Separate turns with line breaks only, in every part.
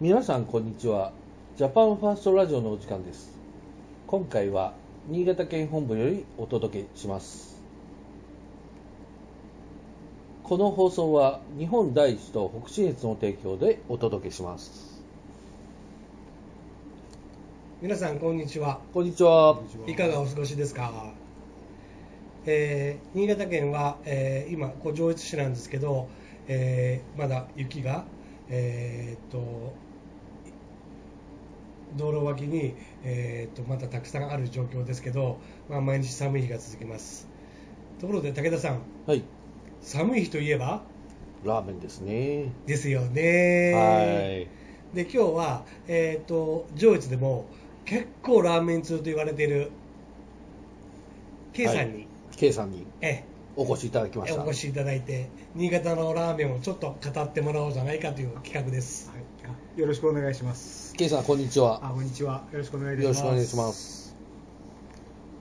皆さんこんにちはジャパンファーストラジオのお時間です今回は新潟県本部よりお届けしますこの放送は日本第一と北信越の提供でお届けします
皆さんこんにちは
こんにちはい
かがお過ごしですか、えー新潟県は、えー今こう上越市なんですけど、えーまだ雪がえーっと道路脇に、えーっとまだたくさんある状況ですけど、まあ、毎日寒い日が続きますところで武田さん
はい
寒い日といえば
ラーメンですね、
ですよねで今日は、えー、と上越でも結構ラーメン通と言われている K さんに、
はい K さんに
え
お越しいただき
え
ました
お越しいただいて新潟のラーメンをちょっと語ってもらおうじゃないかという企画です
はい、あよろしくお願いします。
K さんこんにちは
あ、こんにちは。よろしくお願いいた
よろしくお願いしま。す。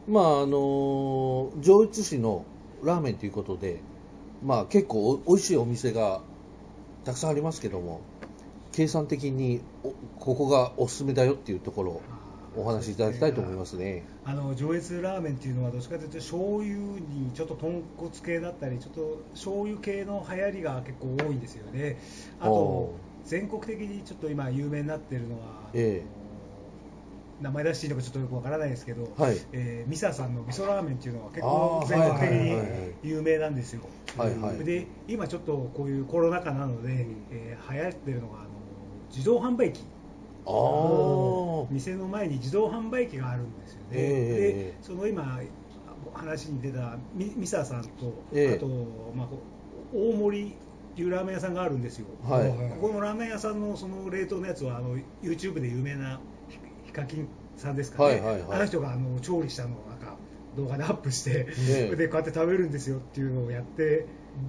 まああの上越市のラーメンということで、まあ、結構お美味しいお店がたくさんありますけども計算的におここがおすすめだよっていうところをお話しいただきたいと思いますね。
あの上越ラーメンっていうのはどっちかというと醤油にちょっと豚骨系だったりちょっと醤油系の流行りが結構多いんですよね。あ
お
と
ー
全国的にちょっと今有名になってるのは、
え
あの名前出していいのかちょっとよくわからないですけど、
はい
えーミサさんの味噌ラーメンっていうのは結
あ
構
ー
全国的
はいはいはいはい
に有名なんですよ。
はいはい
で今ちょっとこういうコロナ禍なので、
うん
えー流行ってるのがあの自動販売機。
あー
店の前に自動販売機があるんですよね、
ええ
でその今、話に出たミミサさんと、
ええ
あと、まあ、こう大盛りいうラーメン屋さんがあるんですよ、
はい
おー
ここのラーメン屋さんのその冷凍のやつはあの YouTube で有名なヒヒカキンさんですか
は
ね、
いはいはい
あの人があの調理したのをなんか動画でアップして、
ええ
でこうやって食べるんですよっていうのをやって。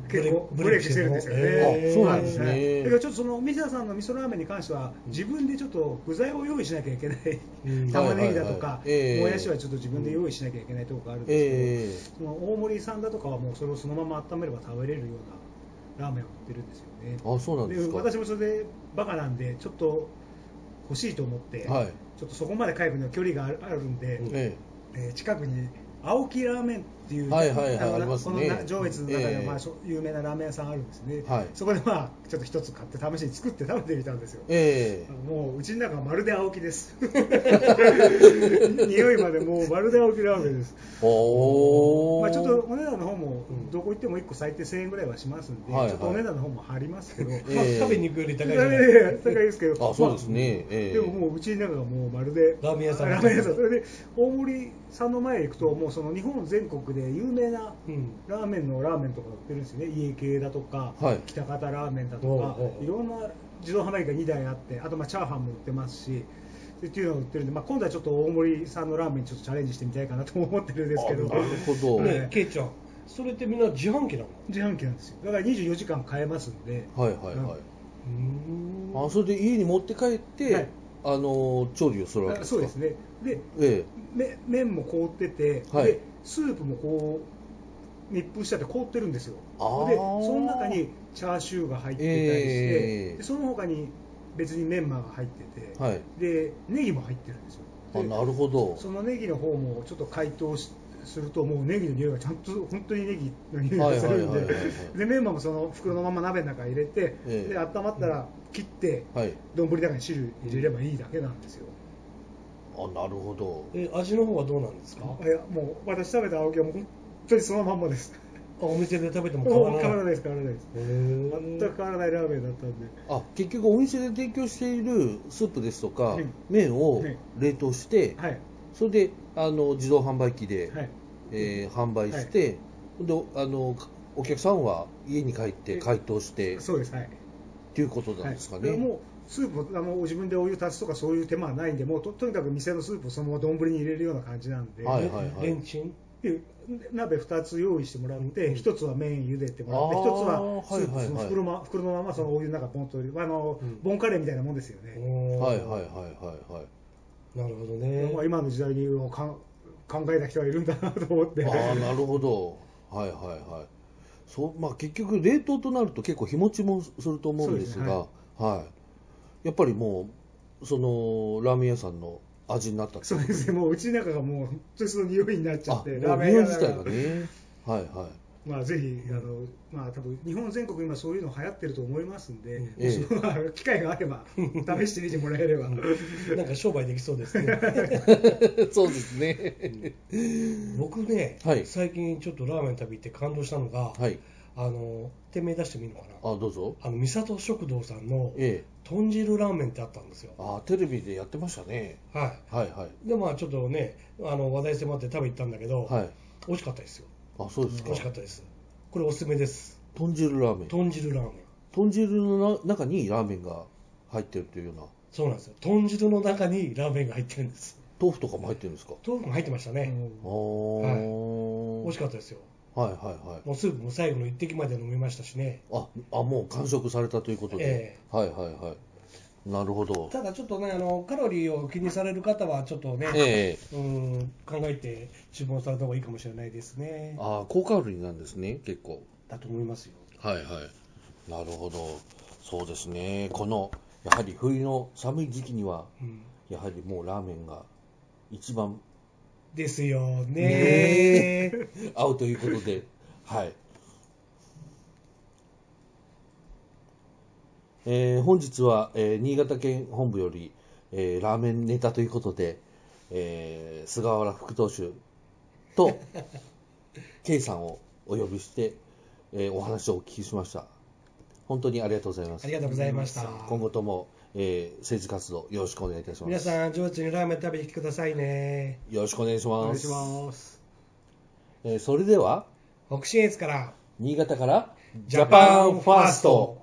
ブレ
結構
ブ
ブ
レ
レ
イ
イ
クし
クし
る
ててる
の
んですよ
あ
ね。
そうなんですね
はいだからちょっとそのミサさんの味噌ラーメンに関しては自分でちょっと具材を用意しなきゃいけない
うん
玉ねぎだとか
はいはいはいええ
もやしはちょっと自分で用意しなきゃいけないところがあるん
え
ですけどその大盛りさんだとかはもうそれをそのまま温めれば食べれるようなラーメンを売ってるんですよね。
あそうなんですか
私もそれでバカなんでちょっと欲しいと思って、
はい
ちょっとそこまで海部の距離があるあるんで、
え
えー近くに青木ラーメンっていう、
はいはいはい
あの
ありますね
このな上越の中
え
で
え、
まあしょ有名なラーメン屋さんあるんですね、
はい
そこで、まあ、ちょっと一つ買って試しに作って食べてみたんですよ
え。ええ
もううちの中はまるで青木です。 匂いまでもうまるで青木ラーメンです。
おー
まあちょっとお値段の方もどこ行っても1個最低1000円ぐらいはしますんで、
はいはい
ちょっとお値段の方も張りますけど、
え
まあ食べに行くより高いじゃない
いやいや 高いですけど、
あそうですね
まあ
ええ
でももううちの中がもうまるで
ラーメン屋さん
ラーメン屋さんそれで大森さんの前へ行くともうその日本全国で有名な
うん
ラーメンのラーメンとか売ってるんですよね家系だとか、
はい
北方ラーメンだとか
おうおうおう
いろんな自動販売機が2台あってあとまあチャーハンも売ってますしでっていうのを売ってるんで、まあ、今度はちょっと大森さんのラーメンにちょっとチャレンジしてみたいかなと思ってるんですけど
あなるほど
はい
ねえケイちゃんそれってみんな自販機なの
自販機なんですよだから24時間買えますんで、
はいはいはい、
うーん
あそれで家に持って帰って、
はい
あのー調理をするわけ
あ
です
そ
か
うですねで
え
め麺も凍ってて、
はい
でスープもこう密封しちゃって凍ってるんですよ
あー
でその中にチャーシューが入ってたりして、
えー
でその他に別にメンマが入ってて、
はい
でネギも入ってるんですよ
えあ
で
なるほど
そのネギの方もちょっと解凍しするともうネギの匂いがちゃんと本当にネギの匂いがするん
はいはいはい
で
はいはい
でメンマもその袋のまま鍋の中に入れて、
ええ
で温まったら切って
はい
丼、の中に汁入れればいいだけなんですよ、
あなるほど
え味の方はどうなんですか
いやもう私食べた青木はもう本当にそのまんまです
あお店で食べても変
変
わ
わ
らない
らないです変わらないです
へー
全く変わらないラーメンだったんで
あ結局お店で提供しているスープですとか、
うん
麺を
うん
冷凍して、
はい
それであの自動販売機で、
はい
えー販売して、であのお客さんは家に帰って
うん
解凍してっ
そうですはい
ていうことなんですかね、
はい、もうスープもあの自分でお湯足すとかそういう手間はないんでもうととにかく店のスープをそのまま丼に入れるような感じなんで、
はいはいはい
レンチン
で鍋2つ用意してもらって1つは麺茹でてもら
あ
っ
ー
て1つはスープ、
はいはいはい
その袋ま袋のままそのお湯の中ポンと入れるあの、
うん
ボンカレーみたいなもんですよね、
おー
はいはいはいはいはい
なるほどね。
まあ、今の時代にもかん考えた人がいるんだなと思って
ああなるほどはいはいはいそう、まあ、結局冷凍となると結構日持ちもすると思うんですが
そう
はい、やっぱりもうそのラーメン屋さんの味になったって
そうですねもううちの中がもう本当にその匂いになっちゃ
あ
って
もう匂い
屋
自
さ
体
ん
がねはいはい
まあ、ぜひあの、まあ、多分日本全国今そういうの流行ってると思いますんで、
ええ
まあ機会があれば試してみてもら えれ ば
なんか商売できそうですね。
そうですね。
僕ね、
はい
最近ちょっとラーメン食べ行って感動したのが、
はい。
あの店名出してみるのか
あ、どうぞ。
な。あの三郷食堂さんの
ええ。
豚汁ラーメンってあったんですよ。
あ、テレビでやってましたね。
は
はいはい。
い。でまあちょっとね、あの話題性もあって食べ行ったんだけど、
はい。
美味しかったですよ。
あ、そうです
美
か
味。しかったです。これおすすめです。
豚汁ラーメン。
豚汁ラーメン。
豚汁のな中にラーメンが入ってるというような。
そうなんですよ。豚汁の中にラーメンが入ってるんです。
豆腐とかも入ってるんですか。
豆腐も入ってましたね。
あー
美味しかったですよ。
はいはいはい。
もうスープも最後の一滴まで飲みましたしね。
あ、あ、もう完食されたということで
え。
はいはいはい。なるほど。
ただちょっとね、あのカロリーを気にされる方はちょっとね、
ええ。
うん考えて注文された方がいいかもしれないですね。
あ、高カロリーなんですね。結構。
だと思いますよ。
はいはい。なるほど。そうですね。この、やはり冬の寒い時期には、
うん、
やはりもうラーメンが一番
ですよ
ね
ね。
合うということで、はい。えー本日は、えー新潟県本部より、えーラーメンネタということで、えー菅原副投手 と K さんをお呼びして、えーお話をお聞きしました。本当にありがとうございます
あり。がとうございました。
今後とも、えー政治活動よろしくお願いいたします。
皆さん、上手にラーメン食べに来てくださいね。
よろしくお願いし
お
ま
願い
す。
します。
えーそれでは、
北信越から
新潟からジャパンファースト。